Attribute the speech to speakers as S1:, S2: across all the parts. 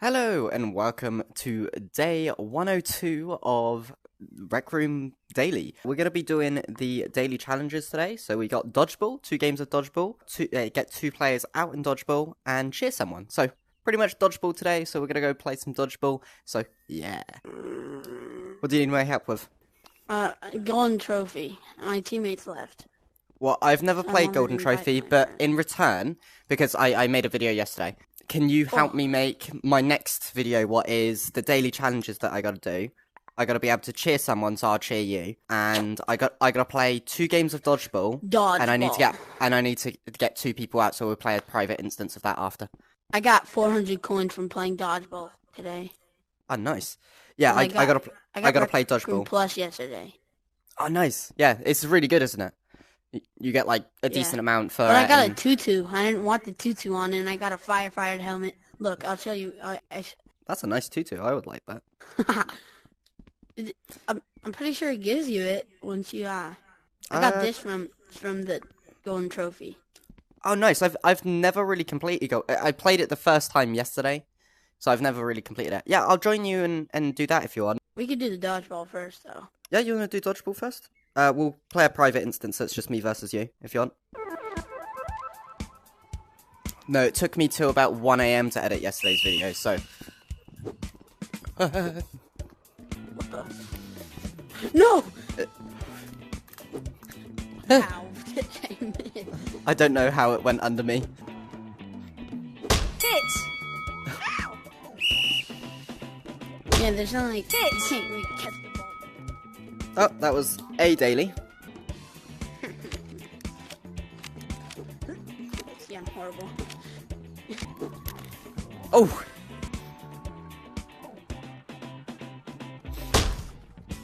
S1: Hello and welcome to day 102 of Rec Room Daily. We're going to be doing the daily challenges today. So we got dodgeball, two games of dodgeball, two, uh, get two players out in dodgeball and cheer someone. So pretty much dodgeball today. So we're going to go play some dodgeball. So yeah. What do you need my help with?
S2: Uh, Golden Trophy. My teammates left.
S1: Well, I've never played
S2: wanna
S1: Golden
S2: rewrite
S1: Trophy,
S2: my
S1: but
S2: notes.
S1: in return, because I, I made a video yesterday, can
S2: Oh.
S1: you help me make my next video? What is the daily challenges that I gotta do? I gotta be able to cheer someone, so I'll cheer you. And I got I gotta play two games of dodgeball,
S2: Dodge.
S1: and I need to get and I need to get two people out, so we'll play a private instance of that after.
S2: I got 400 coins from playing dodgeball today.
S1: Oh, nice. Yeah,
S2: And
S1: I,
S2: I got-
S1: I gotta pl-
S2: I
S1: I gotta
S2: Rec
S1: play
S2: Room
S1: dodgeball.
S2: Plus yesterday,
S1: oh, nice. Yeah, it's really good, isn't it? Y- You get like a
S2: Yeah.
S1: decent amount for. um,
S2: but I
S1: it
S2: got
S1: and-
S2: a tutu. I didn't want the tutu on, and I got a firefighter helmet. Look, I'll tell you. I, I,
S1: That's a nice tutu. I would like that.
S2: Is it- I'm, I'm pretty sure it gives you it once you uh. I got
S1: Uh,
S2: this from from the Golden Trophy.
S1: Oh, nice. I've I've never really completed Go. I I played it the first time yesterday, so I've never really completed it. Yeah, I'll join you and and do that if you want.
S2: We could do the dodgeball first, though.
S1: Yeah, you want to do dodgeball first? Uh, we'll play a private instance. So it's just me versus you if you want. No, it took me till about one a.m. to edit yesterday's video. So
S2: What the? No.
S1: Uh,
S2: Ow! I missed.
S1: I don't know how it went under me.
S3: Hit!
S2: Yeah, there's not like you can't really catch the ball.
S1: Oh, that was a daily.
S2: Yeah, I'm horrible.
S1: Oh,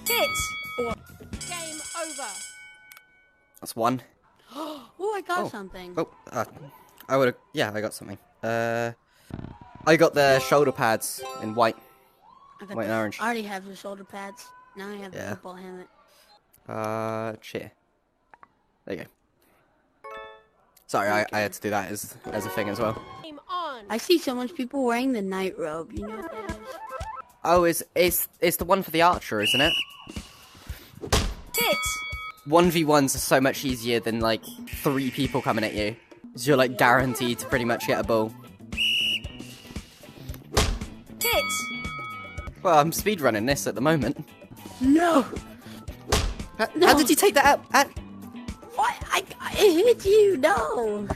S3: Hit!
S2: Oh,
S3: Game over!
S1: that's one.
S2: I got
S1: Oh.
S2: something.
S1: Oh, uh, I would. Yeah, I got something. Uh, I got the shoulder pads in white.
S2: I got
S1: White and
S2: the-
S1: orange.
S2: I already have the shoulder pads. Now I have the
S1: Yeah.
S2: football helmet.
S1: Uh, cheer. There you go. Sorry, I, I had to do that as as a thing as well.
S3: Game on!
S2: I see so much people wearing the night robe. You know what that is?
S1: Oh, it's it's it's the one for the archer, isn't it?
S3: Hit!
S1: One v ones are so much easier than like three people coming at you. So you're like guaranteed to pretty much get a ball.
S3: Hit!
S1: Well, I'm speed running this at the moment.
S2: No.
S1: How, how
S2: No.
S1: did you take that out? Ah,
S2: What? I, I it hit you. No.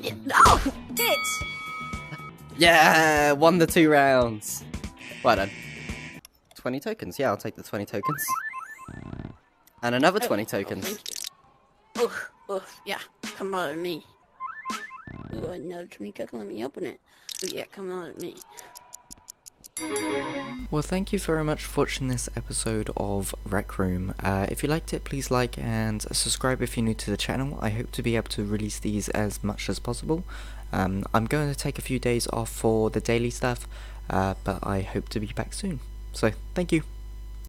S2: Yeah, No.
S3: Hit!
S1: yeah, won the two rounds. Well done. Twenty tokens. Yeah, I'll take the twenty tokens. And another twenty tokens.
S2: Oof. Oof. Yeah. Come on at me. Ooh, another twenty cook. Let me open it. Ooh, yeah. Come on at me.
S4: Well, thank you very much for watching this episode of Rec Room. Uh, if you liked it, please like and subscribe if you're new to the channel. I hope to be able to release these as much as possible. Um, I'm going to take a few days off for the daily stuff, uh, but I hope to be back soon. So, thank you.